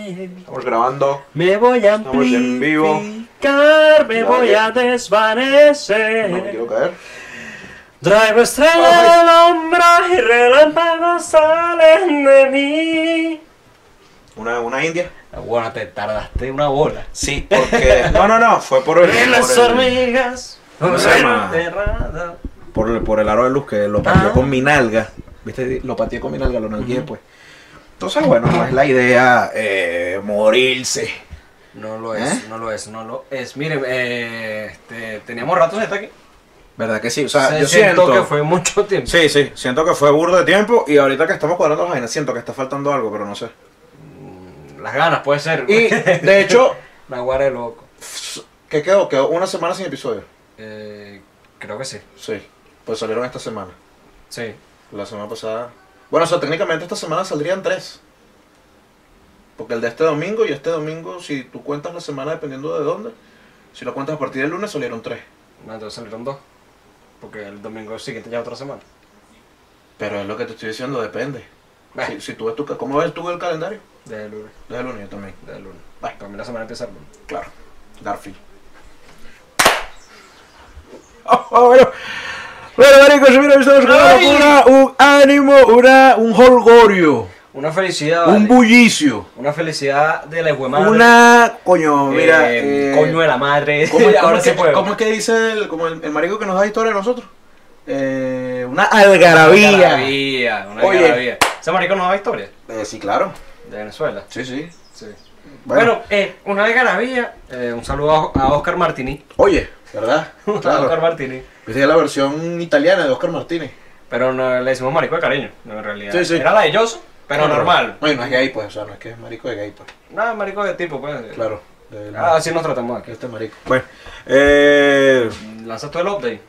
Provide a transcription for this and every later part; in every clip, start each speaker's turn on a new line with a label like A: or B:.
A: Estamos grabando.
B: Me voy a
A: Estamos en vivo.
B: amplificar, me
A: Ya,
B: voy
A: ya.
B: a
A: No me
B: desvanecer.
A: quiero caer.
B: Traigo estrella en la sombra y relámpagos salen de mí.
A: Una, una india.
B: Bueno, te tardaste una bola.
A: Sí, porque. No, no, no. Fue por el.
B: Y las
A: Por el,
B: hormigas.
A: ¿Cómo se llama?
B: enterradas.
A: por el- por el aro de luz que lo pateé
B: Ah.
A: con mi nalga. ¿Viste? Lo pateé con mi nalga, lo nalgué pues. Entonces, bueno, no es la idea eh, morirse.
B: No lo es,
A: ¿Eh?
B: no lo es, no lo es. Miren, eh, este, teníamos ratos de estar aquí.
A: ¿Verdad que sí? O sea,
B: Se
A: yo
B: sentó
A: siento.
B: que fue mucho tiempo.
A: Sí, sí. Siento que fue burdo de tiempo y ahorita que estamos cuadrando las vainas, siento que está faltando algo, pero no sé.
B: Mm, Las ganas, puede ser.
A: Y, de hecho,
B: la guarda de loco.
A: ¿qué quedó? Quedó una semana sin episodio.
B: Eh, creo que sí.
A: Sí. Pues salieron esta semana.
B: Sí.
A: La semana pasada. Bueno, o sea, técnicamente esta semana saldrían tres. Porque el de este domingo y este domingo, si tú cuentas la semana dependiendo de dónde, si lo cuentas a partir del lunes salieron tres.
B: No, entonces salieron dos. Porque el domingo siguiente ya otra semana.
A: Pero es lo que te estoy diciendo, depende.
B: Bah,
A: Si, si tú ves tu, ca- ¿Cómo ves tú el calendario?
B: Desde el lunes.
A: Desde el lunes yo también.
B: Desde el lunes.
A: Bah.
B: Para mí la semana empieza el lunes.
A: Claro. Garfield. Oh, oh, bueno. Bueno, marico, yo mira, estamos con una
B: Ay.
A: locura, un ánimo, una, un holgorio,
B: Una felicidad.
A: un
B: vale.
A: bullicio,
B: Una felicidad de la hue madre.
A: una, coño,
B: Eh,
A: mira, eh,
B: Coño de la madre.
A: ¿Cómo, es- cómo
B: Ahora
A: es
B: sí
A: que,
B: puedo.
A: cómo es que dice el, como el, el marico que nos da historia a nosotros? Eh, una algarabía.
B: Una algarabía. Una
A: Oye.
B: algarabía. Ese marico nos da historia.
A: Eh, sí, claro.
B: De Venezuela.
A: Sí, sí.
B: Sí. Bueno,
A: Bueno,
B: eh, una algarabía. Eh, un saludo a, a Oscar Martini.
A: oye, ¿verdad?
B: A Oscar
A: Claro.
B: Martini.
A: Esa es la versión italiana de Oscar Martínez.
B: Pero no, le decimos marico de cariño. No, en realidad.
A: Sí, sí.
B: Era la de Yoso, pero normal.
A: Oye, no es gay, pues, o sea, no es que es marico de gay, pues.
B: No, marico de tipo, pues.
A: Claro. de-
B: Ah, así nos tratamos aquí.
A: Este marico. Bueno, eh.
B: Lanzas tú el update.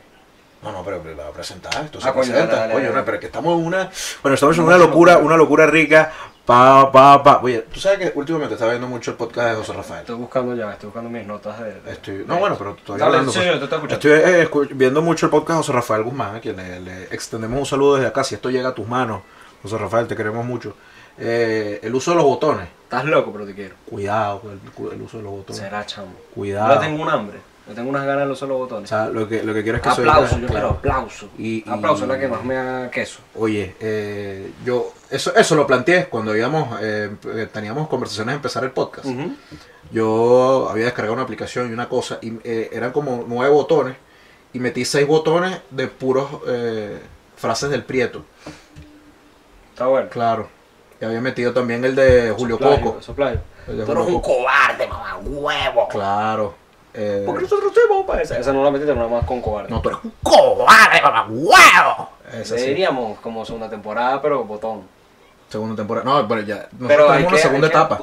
A: No, no, pero, pero la va a presentar. Esto
B: Ah,
A: se
B: coño,
A: presenta.
B: dale, dale,
A: Coño,
B: dale.
A: no, pero que estamos en una. Bueno, estamos en una locura, una locura rica. Pa, pa, pa. Oye, tú sabes que últimamente está viendo mucho el podcast de José Rafael.
B: Estoy buscando ya, estoy buscando mis notas de. de-
A: Estoy,
B: de-
A: no, bueno, pero todavía
B: Eh, Dale,
A: hablando.
B: sí,
A: pues.
B: yo te estoy escuchando.
A: Estoy, eh, escu- viendo mucho el podcast de José Rafael Guzmán, a quien le, le extendemos un saludo desde acá. Si esto llega a tus manos, José Rafael, te queremos mucho. Eh, el uso de los botones.
B: Estás loco, pero te quiero.
A: Cuidado con el, cu- el uso de los botones.
B: Será, chamo.
A: Cuidado.
B: Yo tengo un hambre. Yo tengo unas ganas de los solo
A: O
B: botones.
A: sea, lo que, lo que quiero es que
B: aplauso,
A: se
B: yo
A: oiga-
B: quiero aplauso.
A: Y- y-
B: Aplauso es la que más me haga queso.
A: Oye, eh, yo eso, eso lo planteé cuando íbamos, eh, teníamos conversaciones de empezar el podcast. Yo había descargado una aplicación y una cosa, y eh, eran como nueve botones, y metí seis botones de puros eh, frases del Prieto.
B: Está bueno.
A: Claro. Y había metido también el de Julio
B: Soplayo,
A: Coco. Eh.
B: soplayo.
A: El de
B: Tú eres
A: Julio
B: un
A: Coco.
B: cobarde, mamá, huevo.
A: Claro. Eh,
B: ¿Por qué nosotros tenemos para esa? Esa no la metiste, nada más con cobarde.
A: no, tú eres un cobarde, mamá, huevo. Esa
B: Le
A: sí.
B: diríamos como segunda temporada, pero botón.
A: Segunda temporada. No, pero ya. Nosotros
B: Pero hay
A: tenemos una
B: que-
A: segunda
B: hay que-
A: etapa.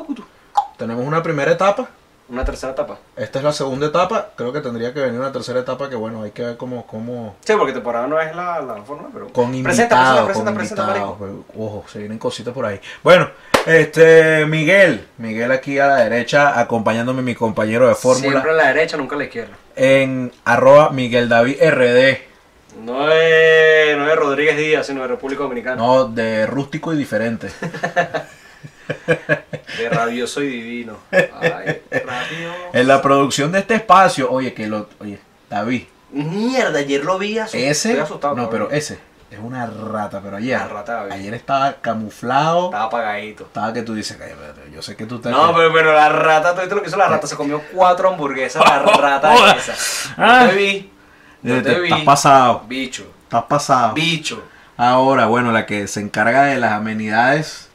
A: Tenemos una primera etapa.
B: Una tercera etapa.
A: Esta es la segunda etapa. Creo que tendría que venir una tercera etapa que, bueno, hay que ver cómo. cómo
B: Sí, porque temporada no es la, la forma, pero.
A: con
B: presenta,
A: invitados,
B: presenta,
A: con
B: presenta,
A: invitados.
B: marico.
A: pero, Ojo, se vienen cositas por ahí. Bueno, este Miguel. Miguel aquí a la derecha, acompañándome mi compañero de
B: Siempre
A: fórmula
B: a la derecha, nunca a la izquierda.
A: en arroba Miguel David RD.
B: No es, no es Rodríguez Díaz, sino de República Dominicana.
A: No, de rústico y diferente.
B: De rabioso y divino. Ay, rabioso.
A: En la producción de este espacio, oye, que lo. Oye, David,
B: Mierda, ayer lo vi asustado.
A: ese.
B: Estoy asustado.
A: no, pero
B: cabrón.
A: ese es una rata, pero ayer.
B: Una rata, David.
A: ayer estaba camuflado.
B: Estaba apagadito.
A: Estaba que tú dices, "Ay, pero yo sé que tú estás.
B: No, pero, pero la rata, todo lo que hizo la rata, se comió cuatro hamburguesas la
A: Oh,
B: rata esa. No te vi. No te vi.
A: Ah. Estás pasado.
B: Bicho.
A: Estás pasado.
B: Bicho.
A: Ahora, bueno, la que se encarga de las amenidades,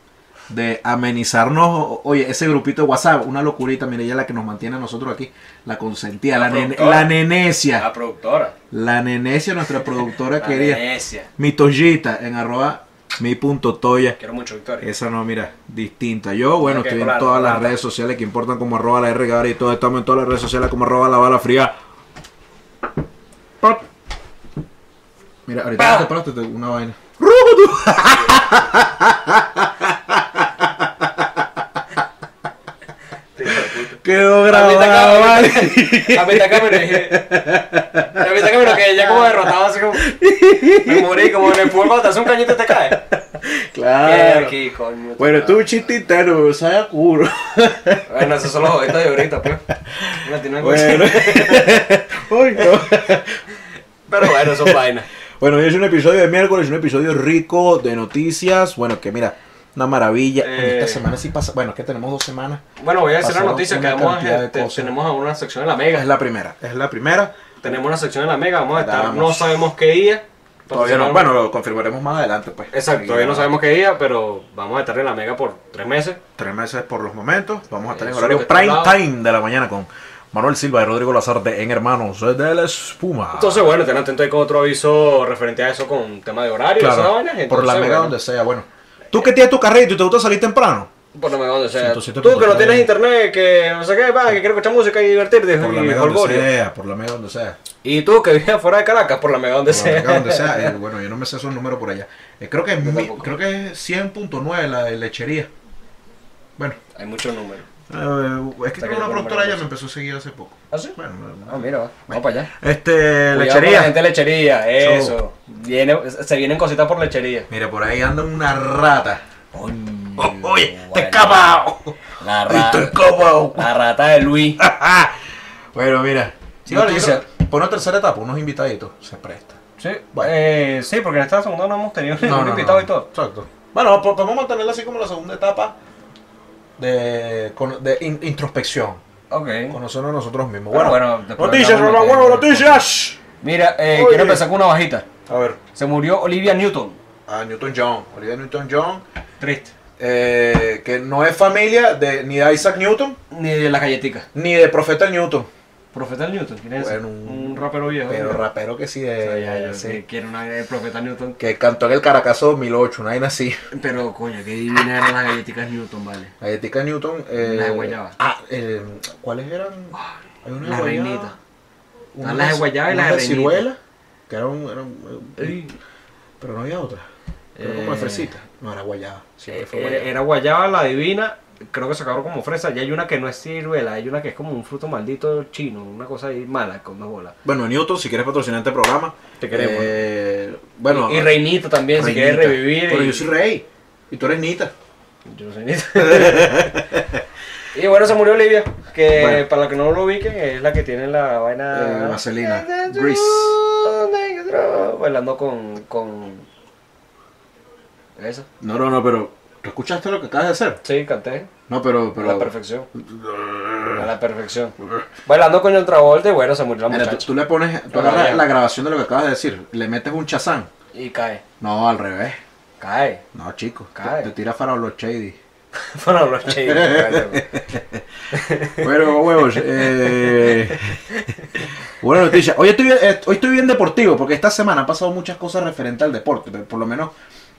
A: de amenizarnos. o- Oye, ese grupito de WhatsApp, una locurita, mire, ella es la que nos mantiene a nosotros aquí. La consentía, la,
B: La
A: nene-
B: productora.
A: la nenecia.
B: La productora.
A: La nenecia, nuestra productora
B: La
A: querida.
B: necia.
A: Mi toyita en arroba mi punto toya.
B: Quiero mucho, Victoria.
A: Esa no, mira, distinta. Yo, bueno,
B: Ok,
A: estoy en
B: claro,
A: todas las
B: claro.
A: redes sociales que importan como arroba la R Gabriel, y todo. Estamos en todas las redes sociales como arroba la bala fría. Pop. Mira, ahorita
B: Pa.
A: no te paraste te- una vaina. Quedó grabado,
B: A
A: vale.
B: mitad cámara dije. A mitad cámara que ya como derrotado, así como. Me morí, como en el fútbol cuando te hace un cañito y te cae.
A: Claro.
B: ¿Qué, qué, coño?
A: Bueno, tú un chiste interno, pero sabe a culo.
B: Bueno, esos son los joguetos de ahorita, pues. Mira, tiene una
A: Bueno.
B: cosa.
A: Uy, no.
B: Pero bueno, son vainas.
A: Bueno, hoy es un episodio de miércoles, un episodio rico de noticias. Bueno, que mira, una maravilla. Coño,
B: Eh.
A: Esta semana sí pasa. Bueno, es que tenemos dos semanas.
B: Bueno, voy a decir una
A: Pasaron
B: noticia que
A: una
B: vamos
A: cantidad
B: a,
A: de
B: te-
A: cosas.
B: tenemos a una sección en la
A: Es
B: Mega.
A: la primera, es la primera.
B: Tenemos una sección en la Mega, vamos a estar,
A: Vamos.
B: no sabemos qué día.
A: Todavía no,
B: Entonces,
A: bueno, lo confirmaremos más adelante, pues.
B: Exacto,
A: Y,
B: todavía no
A: ah,
B: sabemos qué día, pero vamos a estar en la Mega por tres meses.
A: Tres meses por los momentos. Vamos a estar en
B: Eso es lo que
A: horario
B: está
A: prime
B: hablado.
A: time de la mañana con Manuel Silva y Rodrigo Lazarte en Hermanos de la Espuma.
B: Entonces, bueno, ten atento ahí con otro aviso referente a eso con tema de horario,
A: claro,
B: esa vaina,
A: por la
B: entonces,
A: mega
B: bueno,
A: donde sea, bueno. Tú que tienes tu carrito y te gusta salir temprano.
B: Por la mega donde sea.
A: 107.9.
B: Tú que no tienes internet, que no sé qué, va, que quieres escuchar música y divertirte,
A: Por la
B: y
A: mega donde
B: jolgorio.
A: sea, por la mega donde sea.
B: Y tú que vives fuera de Caracas, por la mega donde
A: Por la
B: sea.
A: mega donde sea. eh, bueno, yo no me sé esos números por allá. Eh, creo que es mi-
B: tampoco.
A: creo que es 100.9 la de lechería. Bueno,
B: Hay muchos números.
A: eh, es que
B: Está
A: creo
B: que
A: una
B: por
A: productora ya
B: número
A: me empezó a seguir hace poco.
B: ¿Ah, sí?
A: Bueno, no-
B: Ah, mira, va. Vamos para allá.
A: Este,
B: Cuidado con La
A: lechería.
B: gente de lechería,
A: Show.
B: eso. Viene, se vienen cositas por lechería.
A: Mira, por ahí anda una rata.
B: Oh,
A: Oye, te
B: escapa
A: escapado.
B: La
A: Te
B: rata.
A: escapado.
B: La rata de Luis.
A: Bueno, mira.
B: Sí,
A: No,
B: vale,
A: yo
B: yo creo-
A: creo- por una tercera etapa, unos invitaditos se presta.
B: Sí,
A: Bueno.
B: eh, sí, porque en esta segunda no hemos tenido ningún invitado y todo.
A: Exacto. Bueno, po- podemos mantenerla así como la segunda etapa de, con- de in- introspección.
B: Ok.
A: Conocernos nosotros mismos.
B: Bueno,
A: Bueno,
B: bueno, después
A: noticias,
B: hablamos
A: mamá,
B: de-
A: huevo, noticias.
B: Mira, eh,
A: Oye.
B: quiero empezar con una bajita.
A: A ver,
B: Se murió Olivia Newton.
A: a Newton John, Olivia Newton John,
B: Triste.
A: eh, que no es familia de, ni de Isaac Newton
B: Ni de las galletitas.
A: ni de Profeta Newton.
B: Profeta Newton, ¿quién es?
A: Bueno,
B: un,
A: un-
B: rapero viejo.
A: Pero
B: ¿no?
A: rapero que sí, de,
B: O sea, ya,
A: de-
B: ya,
A: sí.
B: que Quiere una de Profeta Newton.
A: Que cantó en el Caracazo 2008, una vaina así.
B: Pero coño, qué divina eran las galletitas Newton, vale.
A: Galletica Newton. Eh,
B: Las de guayaba.
A: Ah, eh, ¿cuáles eran? Hay una de
B: La
A: guayaba,
B: reinita.
A: una
B: Están las de guayaba y
A: una
B: las de reinita.
A: ciruela, que eran, eran, eh, pero no había otra. Era como de
B: Eh,
A: fresita. No, era guayaba. Siempre fue
B: Eh,
A: guayaba.
B: Era guayaba la divina. Creo que sacaron como fresa. Y hay una que no es ciruela, hay una que es como un fruto maldito chino, una cosa ahí mala con dos bolas.
A: Bueno, Newton, si quieres patrocinar este programa.
B: Te queremos.
A: eh, bueno.
B: y Reinito también, si
A: reinita.
B: quieres revivir.
A: Pero
B: y-
A: yo soy rey. Y tú eres Nita.
B: Yo no soy ni- y bueno, se murió Olivia, que
A: Bueno.
B: para los que no lo ubiquen, es la que tiene la vaina.
A: Eh, vaselina. Grease.
B: Bailando con. con... Eso.
A: No, no, no, pero. ¿Tú escuchaste lo que acabas de hacer?
B: Sí, canté.
A: No, pero.
B: A la perfección. A la perfección. Bailando con John Travolta y bueno, se murió la
A: Mira, tú,
B: muchacha.
A: tú le pones, tú
B: Ahora
A: agarras
B: ya.
A: la grabación de lo que acabas de decir, le metes un chazán.
B: Y cae.
A: No, al revés.
B: Cae.
A: No, chico.
B: Cae.
A: Te, te tira Farol Shady.
B: Bueno, los chinos.
A: Bueno, huevos. eh, Buena noticia. Hoy estoy, bien- eh, hoy estoy bien deportivo porque esta semana han pasado muchas cosas referentes al deporte. pero Por lo menos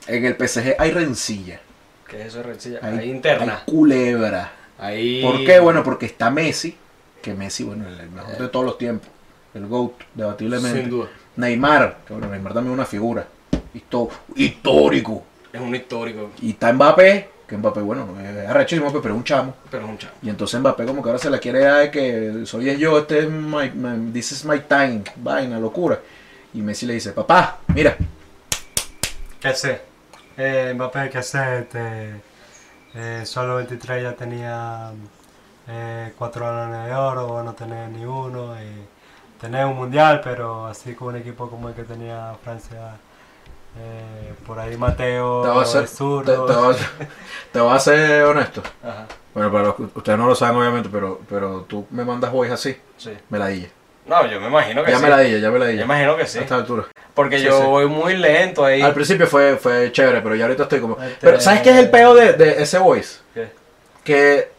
A: en el PSG hay rencilla.
B: ¿Qué es eso, Rencilla? Ahí interna.
A: hay culebra.
B: Ahí.
A: ¿Por qué? Bueno, porque está Messi, que Messi, bueno, el mejor de todos los tiempos. El GOAT, debatiblemente.
B: Sin duda.
A: Neymar, que bueno, Neymar también es una figura histo- histórico.
B: Es un histórico,
A: Y está Mbappé, que Mbappé, bueno, no es arrechísimo, Mbappé, pero es un chamo.
B: pero es un chavo.
A: Y entonces Mbappé como que ahora se la quiere dar de que soy es yo, este es my, my- this is my time, vaina, locura. Y Messi le dice, papá, mira,
C: ¿Qué sé? Eh, Mbappé, ¿qué sé? Te- eh, solo 23 ya tenía eh, cuatro balones de oro, vos no tenés ni uno. Y tenés un mundial, pero así con un equipo como el que tenía Francia, eh, por ahí Mateo,
A: te
B: Oh,
A: voy a ser,
C: el
A: te,
C: zurdo.
A: te voy a- te voy a ser honesto.
B: Ajá.
A: Bueno, para los que ustedes no lo saben obviamente, pero, pero tú me mandas boys así,
B: Sí.
A: me la dije.
B: No, yo me imagino que
A: Ya
B: sí.
A: me la dije, ya me la
B: Yo
A: dije.
B: imagino que
A: A
B: sí.
A: esta altura.
B: Porque
A: Sí,
B: yo
A: sí.
B: voy muy lento ahí.
A: Al principio fue, fue chévere, pero ya ahorita estoy como...
C: Este-
A: Pero ¿sabes qué es el peo de, de ese voice?
B: ¿Qué?
A: Que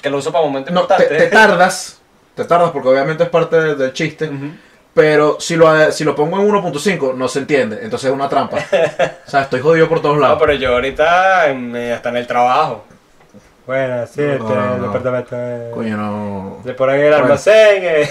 B: Que lo uso para momentos
A: No, te,
B: importantes.
A: te tardas, te tardas porque obviamente es parte de- del chiste,
B: Ujú.
A: pero si lo, si lo pongo en 1.5 no se entiende, entonces es una trampa. o sea, estoy jodido por todos
B: No,
A: lados.
B: pero yo ahorita eh, hasta en el trabajo.
C: Bueno, sí,
A: No,
C: este,
A: no,
C: el
A: no.
C: departamento de,
A: Coño, no.
C: de por ahí el
A: Bueno.
C: almacén. eh.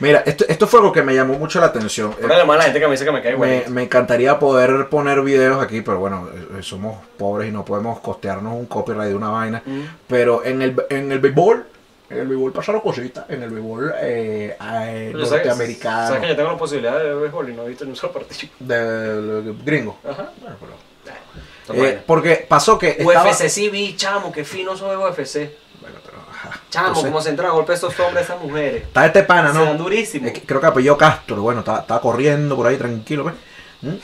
A: Mira, esto, esto fue algo que me llamó mucho la atención.
B: Una llamada a la gente que me dice que me cae
A: Me,
B: güey.
A: Eh, me encantaría poder poner videos aquí, pero bueno, eh, eh, somos pobres y no podemos costearnos un copyright de una vaina. Pero en el, en el béisbol, en el béisbol pasaron cositas, en el béisbol eh, eh,
B: Yo sé-
A: norteamericano, Eh,
B: Sabes que yo tengo la posibilidad de ver béisbol y no he visto ni un solo partido.
A: del gringo.
B: Ajá.
A: Bueno, pero- Eh, porque pasó que estaba...
B: UFC sí vi, chamo, qué fino soy UFC.
A: Bueno, pero, ajá,
B: Chamo,
A: entonces,
B: como se entra a golpe esos hombres, esas mujeres.
A: Está este pana,
B: se
A: ¿no?
B: dan durísimo.
A: Eh, creo que apellido Castro, bueno, está, está corriendo por ahí tranquilo, pues. ¿Mm?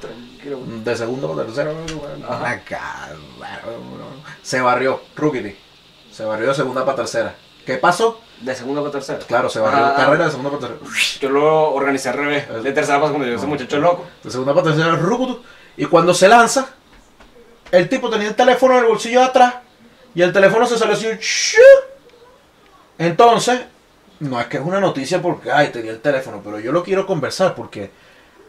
B: Tranquilo.
A: De segundo por tercero, bueno,
B: Ajá.
A: una cagada, bueno. se barrió, Rookie se barrió de segunda para tercera. ¿Qué pasó?
B: De segundo para tercero.
A: Claro, se barrió,
B: Ah.
A: carrera de segunda para tercera.
B: Yo lo organicé al revés. De tercera paso cuando yo ese muchacho es loco.
A: De segunda para tercera, Rukutu. Y cuando se lanza, el tipo tenía el teléfono en el bolsillo de atrás y el teléfono se salió así. ¡shu! Entonces, no es que es una noticia porque, ay, tenía el teléfono, pero yo lo quiero conversar porque,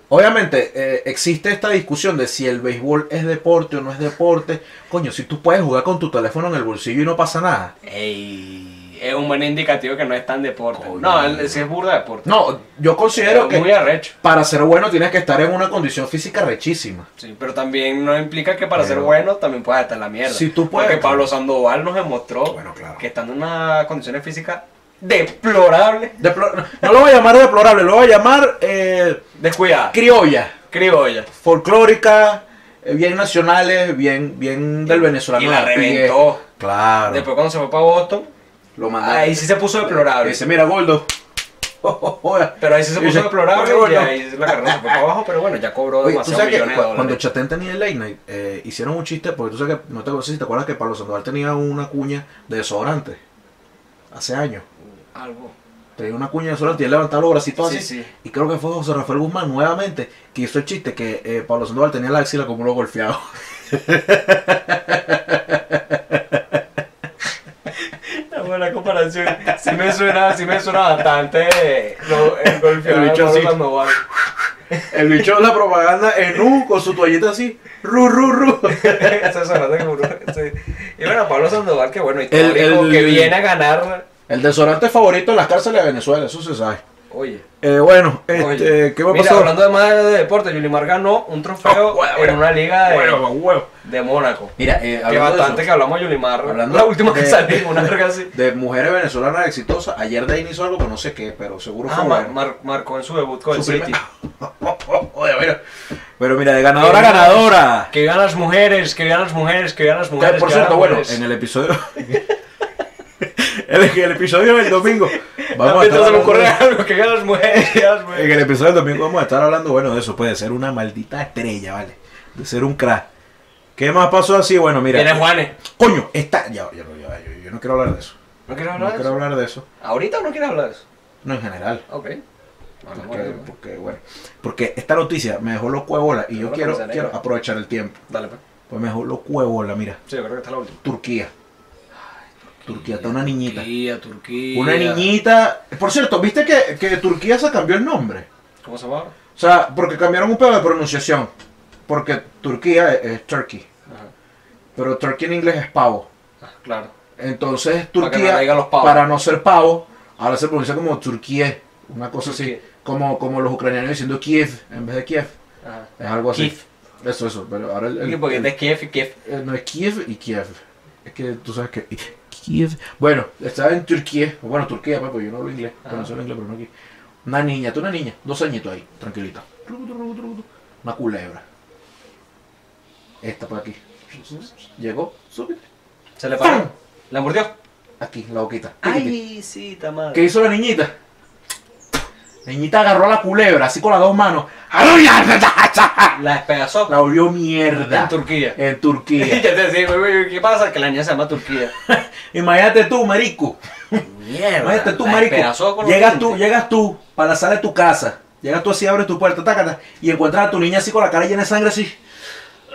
A: obviamente, eh, existe esta discusión de si el béisbol es deporte o no es deporte. Coño, si tú puedes jugar con tu teléfono en el bolsillo y no pasa nada.
B: Ey, es un buen indicativo que no es tan deporte.
A: Coño.
B: No, él- sí es burda de deporte.
A: No, yo considero
B: Pero Eh, Muy
A: que
B: arrecho.
A: para ser bueno tienes que estar en una condición física rechísima.
B: Sí, pero también no implica que para
A: Pero-
B: ser bueno también puedas estar en la mierda.
A: Si tú puedes.
B: Porque Pablo Sandoval nos demostró
A: Bueno, claro.
B: que estando en unas condiciones físicas deplorables,
A: Deplor- no lo voy a llamar deplorable, lo voy a llamar eh,
B: descuidada,
A: criolla,
B: criolla.
A: folclórica, eh, bien nacionales, bien, bien del venezolano.
B: Y la
A: de a pie.
B: reventó.
A: Claro.
B: Después cuando se fue para Boston,
A: lo mandaron.
B: ahí sí se puso
A: Y
B: deplorable.
A: dice, mira, gordo.
B: Pero ahí sí se
A: Y dice,
B: puso
A: "Oye,
B: deplorable
A: gordo".
B: y ahí la carrera se fue para abajo, pero bueno, ya cobró
A: Oye, tú
B: demasiados
A: sabes que
B: millones de
A: cu-
B: dólares.
A: cuando Chatén tenía el late night, eh, hicieron un chiste, porque tú sabes que, no, te, no sé si te acuerdas que Pablo Sandoval tenía una cuña de desodorante hace años.
B: Algo.
A: Tenía una cuña de desodorante y él levantaba los bracitos
B: Sí,
A: así.
B: sí.
A: Y creo que fue José Rafael Guzmán nuevamente que hizo el chiste que eh, Pablo Sandoval tenía la axila como lo golpeado.
B: Una buena comparación. Sí me suena, sí me suena bastante eh, lo- el golfeador
A: El bicho
B: Pablo
A: así.
B: Sandoval.
A: El bicho de la propaganda en un con su toallita así. Ru, ru, ru.
B: Eso suena de burro, sí. Y bueno, Pablo Sandoval, que bueno, histórico,
A: El- el-
B: que viene a ganar.
A: El desodorante favorito en las cárceles de Venezuela, eso se sabe.
B: Oye,
A: Eh, bueno, este,
B: oye.
A: ¿qué va a
B: Mira,
A: pasar?
B: hablando de más de deporte, Yulimar ganó un trofeo
A: Oh, bueno,
B: en una liga de,
A: Huevo, huevo.
B: de Mónaco.
A: Mira, eh,
B: Que
A: hablando de
B: bastante que
A: eso,
B: hablamos de Yulimar.
A: Hablando
B: la última que
A: de-
B: salimos, una verga así.
A: de mujeres venezolanas exitosas, ayer de inicio algo que no sé qué, pero seguro
B: Ah,
A: fue
B: mar-
A: bueno.
B: mar- marcó en su debut con el
A: Su
B: City.
A: primer- Oye, mira. Pero mira, de ganadora a ganadora.
B: Que vean las mujeres, que vean las mujeres, que vean las
A: Que,
B: mujeres.
A: por
B: que
A: cierto,
B: vean las
A: bueno,
B: mujeres.
A: en el episodio. el, el episodio del domingo. Vamos a
B: Ahorita
A: estar
B: se me
A: hablando-
B: ocurre algo, que vean las mujeres, que vean las mujeres.
A: En el episodio del domingo vamos a estar hablando, bueno, de eso, puede ser una maldita estrella, ¿vale? De ser un crack. ¿Qué más pasó así? Bueno, mira.
B: Viene Juanes.
A: Coño, está. Ya, ya, ya, yo, yo no quiero hablar de eso.
B: ¿No quieres
A: No
B: hablar de
A: quiero
B: eso?
A: hablar de eso.
B: ¿Ahorita o no quieres hablar de eso?
A: No en general.
B: Ok.
A: Porque, porque, bueno. Porque esta noticia me dejó los cuevola y yo
B: Una
A: quiero,
B: camisa negra.
A: quiero aprovechar el tiempo.
B: Dale, pues.
A: Pues me dejó los cuevola, mira.
B: Sí, yo creo que está la última.
A: Turquía. Turquía, está una niñita.
B: Turquía, Turquía.
A: Una niñita. Por cierto, ¿viste que, que Turquía se cambió el nombre?
B: ¿Cómo se llamaba?
A: O sea, porque cambiaron un pedo de pronunciación. Porque Turquía es, es Turkey.
B: Ajá.
A: Pero Turkey en inglés es pavo.
B: Ah, claro.
A: Entonces
B: Para que no
A: Turquía, para,
B: le digan los pavos.
A: no ser pavo, ahora se pronuncia como Turquía. Una cosa
B: Turquía.
A: así. Como, como los ucranianos diciendo Kiev en vez de Kiev.
B: Ajá.
A: Es algo así.
B: Kiev.
A: Eso, eso. Pero ahora el, el-
B: Sí, Porque
A: el-
B: este es de Kiev y Kiev.
A: eh, no es Kiev y Kiev. Es que tú sabes que. y- Kiev. Bueno, estaba en Turquía. Bueno, Turquía, pues, porque yo no hablo inglés.
B: Ajá.
A: Bueno, solo inglés, pero no aquí. Una niña, tú una niña, dos añitos ahí, tranquilita. Una culebra. Esta por aquí. Llegó, súbete.
B: Se le paró. ¿La mordió?
A: Aquí, la boquita.
B: Ay, sí, está mal.
A: ¿Qué hizo la niñita? La niñita agarró la culebra, así con las dos manos. La
B: La despedazó
A: volvió mierda.
B: en Turquía.
A: En
B: Y
A: Turquía.
B: ya te digo, güey, güey, ¿qué pasa? Que la niña se llama Turquía.
A: Imagínate tú, marico.
B: Mierda.
A: Imagínate tú,
B: la
A: marico.
B: despedazó con los
A: Llegas tú,
B: dientes.
A: llegas tú para la sala de tu casa. Llegas tú así, abres tu puerta, tácata, y encuentras a tu niña así con la cara llena de sangre, así.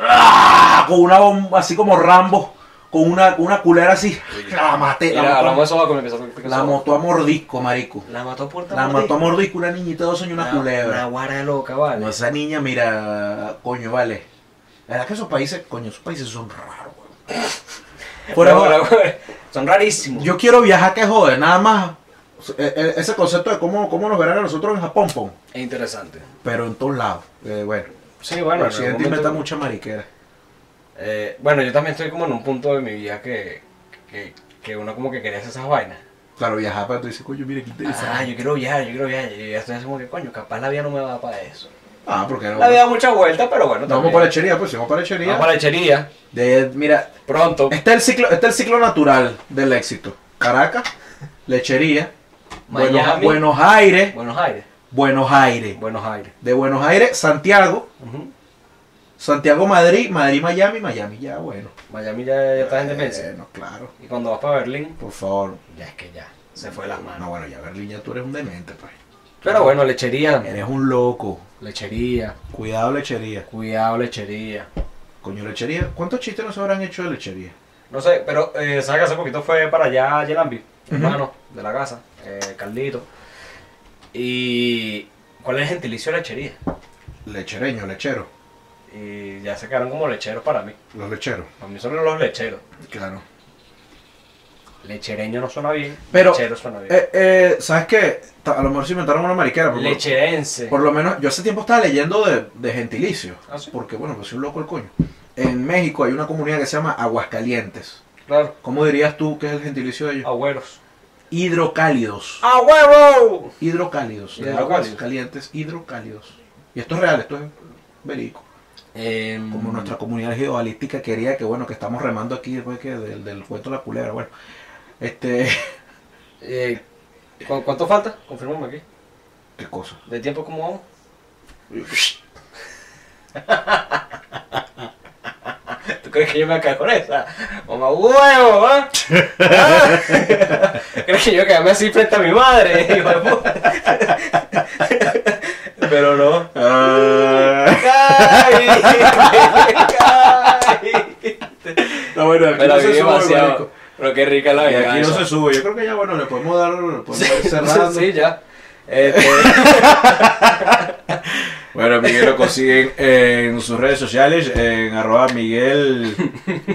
A: ¡Ah! Con una bomba, así como Rambo. Con una, con una culera así. La maté.
B: Mira,
A: La,
B: hablamos
A: mató,
B: de eso va con el empezar
A: a- la mató a mordisco, marico.
B: La mató por
A: La mató a mordisco una niñita de dos años y una
B: Una
A: culebra.
B: guara loca, vale.
A: No, esa niña, mira, coño, vale. La verdad que esos países, coño, esos países son raros, weón. Fuera de
B: No,
A: joda.
B: la guara- Son rarísimos.
A: Yo quiero viajar que jode, nada más. E- e- Ese concepto de cómo, cómo nos verán a nosotros en Japón, pon.
B: Es interesante.
A: Pero en todos lados. Eh, bueno,
B: Sí,
A: bueno
B: bueno. en algún
A: Occidente
B: momento-
A: inventa mucha mariquera.
B: Eh, bueno, yo también estoy como en un punto de mi vida que, que, que uno como que quería hacer esas vainas.
A: Claro, viajar para tú dices, coño, mire qué
B: Ah,
A: interesante.
B: yo quiero viajar, yo quiero viajar. Y ya estoy así como que, coño, capaz la vida no me va para eso.
A: Ah, porque
B: Le había dado muchas vueltas, pero bueno,
A: No, vamos
B: también.
A: para lechería, pues si vamos para lechería.
B: Vamos para la lechería.
A: De- mira,
B: Pronto.
A: está el ciclo, está el ciclo natural del éxito. Caracas, lechería, Buenos,
B: Miami.
A: Buenos Aires,
B: Buenos Aires.
A: Buenos Aires.
B: Buenos Aires.
A: De Buenos Aires, Santiago,
B: Ujú.
A: Santiago, Madrid, Madrid, Miami, Miami, ya bueno.
B: Miami ya, ya está en
A: Eh,
B: demencia.
A: Bueno, claro.
B: Y cuando vas para Berlín,
A: Por favor.
B: ya es que ya. Se fue las manos.
A: No, bueno, ya Berlín, ya tú eres un demente, pues.
B: Pero bueno, lechería.
A: Eres un loco.
B: Lechería.
A: Cuidado, lechería.
B: Cuidado, lechería.
A: Coño, lechería. ¿Cuántos chistes nos habrán hecho de lechería?
B: No sé, pero eh, ¿sabes que hace poquito fue para allá Yelambi?
A: Ujú.
B: Hermano de la casa, eh, Carlito. Y. ¿Cuál es el gentilicio de lechería?
A: Lechereño, lechero.
B: Y ya se quedaron como lecheros para mí.
A: Los lecheros.
B: Para mí son los lecheros.
A: Claro.
B: Lechereño no suena bien.
A: Pero,
B: lechero suena bien.
A: Eh, eh, ¿Sabes qué? Ta- A lo mejor se inventaron una mariquera. porque-
B: Lecherense.
A: Por lo menos, yo hace tiempo estaba leyendo de, de gentilicio.
B: Ah, ¿sí?
A: Porque, bueno, pues soy un loco el coño. En México hay una comunidad que se llama Aguascalientes.
B: Claro.
A: ¿Cómo dirías tú que es el gentilicio de ellos?
B: Abuelos.
A: Hidrocálidos.
B: ¡A huevo!
A: Hidrocálidos. De
B: Hidrocálidos.
A: Aguascalientes, hidrocálidos. Y esto es real, esto es verídico.
B: Em,
A: Como nuestra comunidad geobalística quería que, bueno, que estamos remando aquí después que del, del cuento de la culebra. Bueno, este.
B: Eh, ¿cu- ¿Cuánto falta? Confirmame aquí.
A: ¿Qué cosa?
B: ¿De tiempo como vamos? ¿Tú crees que yo me voy a quedar con esa? ¡Mamá huevo! ¿ah? ¿Ah? ¿Crees que yo quedarme así frente a mi madre? hijo de puta? Pero no.
A: Ah,
B: ¡Ay! ¡Ay!
A: no, bueno, aquí
B: Me la
A: no se
B: viví
A: sube, marico.
B: demasiado. Pero qué rica la
A: Y
B: venganza.
A: aquí no se sube. Yo creo que ya, bueno, le podemos dar, le podemos ir cerrando.
B: Sí, ya. Este,
A: Bueno, a Miguel lo consiguen en sus redes sociales, en arroba Miguel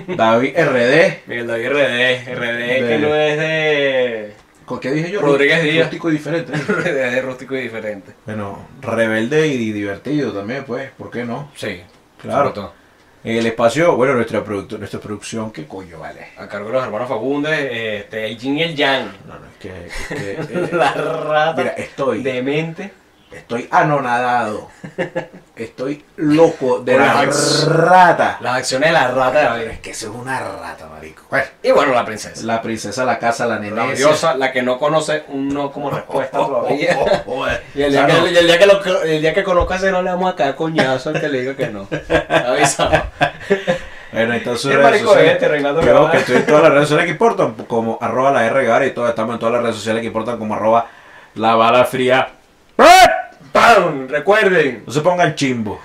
A: David RD.
B: Miguel David RD, RD
A: De-
B: que no es de...
A: ¿Con qué dije yo?
B: Rodríguez Díaz.
A: Rústico y diferente.
B: RD de rústico y diferente.
A: Bueno, rebelde y divertido también, pues, ¿por qué no?
B: Sí,
A: Claro.
B: sobre todo.
A: El espacio, bueno, nuestra, producto, nuestra producción, ¿qué coño vale?
B: A cargo de los hermanos Fagundes, este, el Jin y el Yang. eh,
A: No, no, es que... es que, eh,
B: La rata
A: mira, estoy,
B: demente.
A: estoy anonadado. Estoy loco de
B: Por
A: la
B: Alex.
A: rata.
B: Las acciones de la rata de
A: Pero
B: David.
A: es que eso es una rata, marico. Bueno,
B: Y bueno, la princesa.
A: la princesa, la casa, la Oh,
B: La,
A: nenecia.
B: odiosa, la que no conoce un no como respuesta todavía.
A: oh, eh.
B: Y el, día
A: O sea,
B: que, y el día que lo- el día que conozca ese no le vamos a caer coñazo al que le diga que no. Avisado.
A: Bueno, entonces
B: El
A: redes
B: marico
A: sociales.
B: este, Reinaldo
A: Yo
B: Guevara.
A: que estoy en todas las redes sociales que importan, como arroba la R Guevara y todas estamos en todas las redes sociales que importan como arroba la bala fría.
B: ¡Eh! ¡Pam! Recuerden,
A: No se pongan chimbo.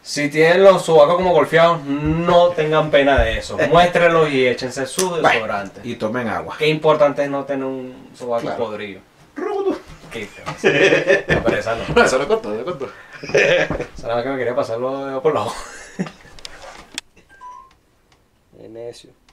B: si tienen los sobacos como golfeados, no tengan pena de eso. Muéstrenlos y échense sus desodorantes.
A: Y tomen agua.
B: Qué importante es no tener un sobaco
A: Claro.
B: podrido.
A: Rudo.
B: Qué te No, pero esa no.
A: Eso lo corto, lo corto.
B: Esa nada más que me quería pasarlo por los ojos. Qué necio.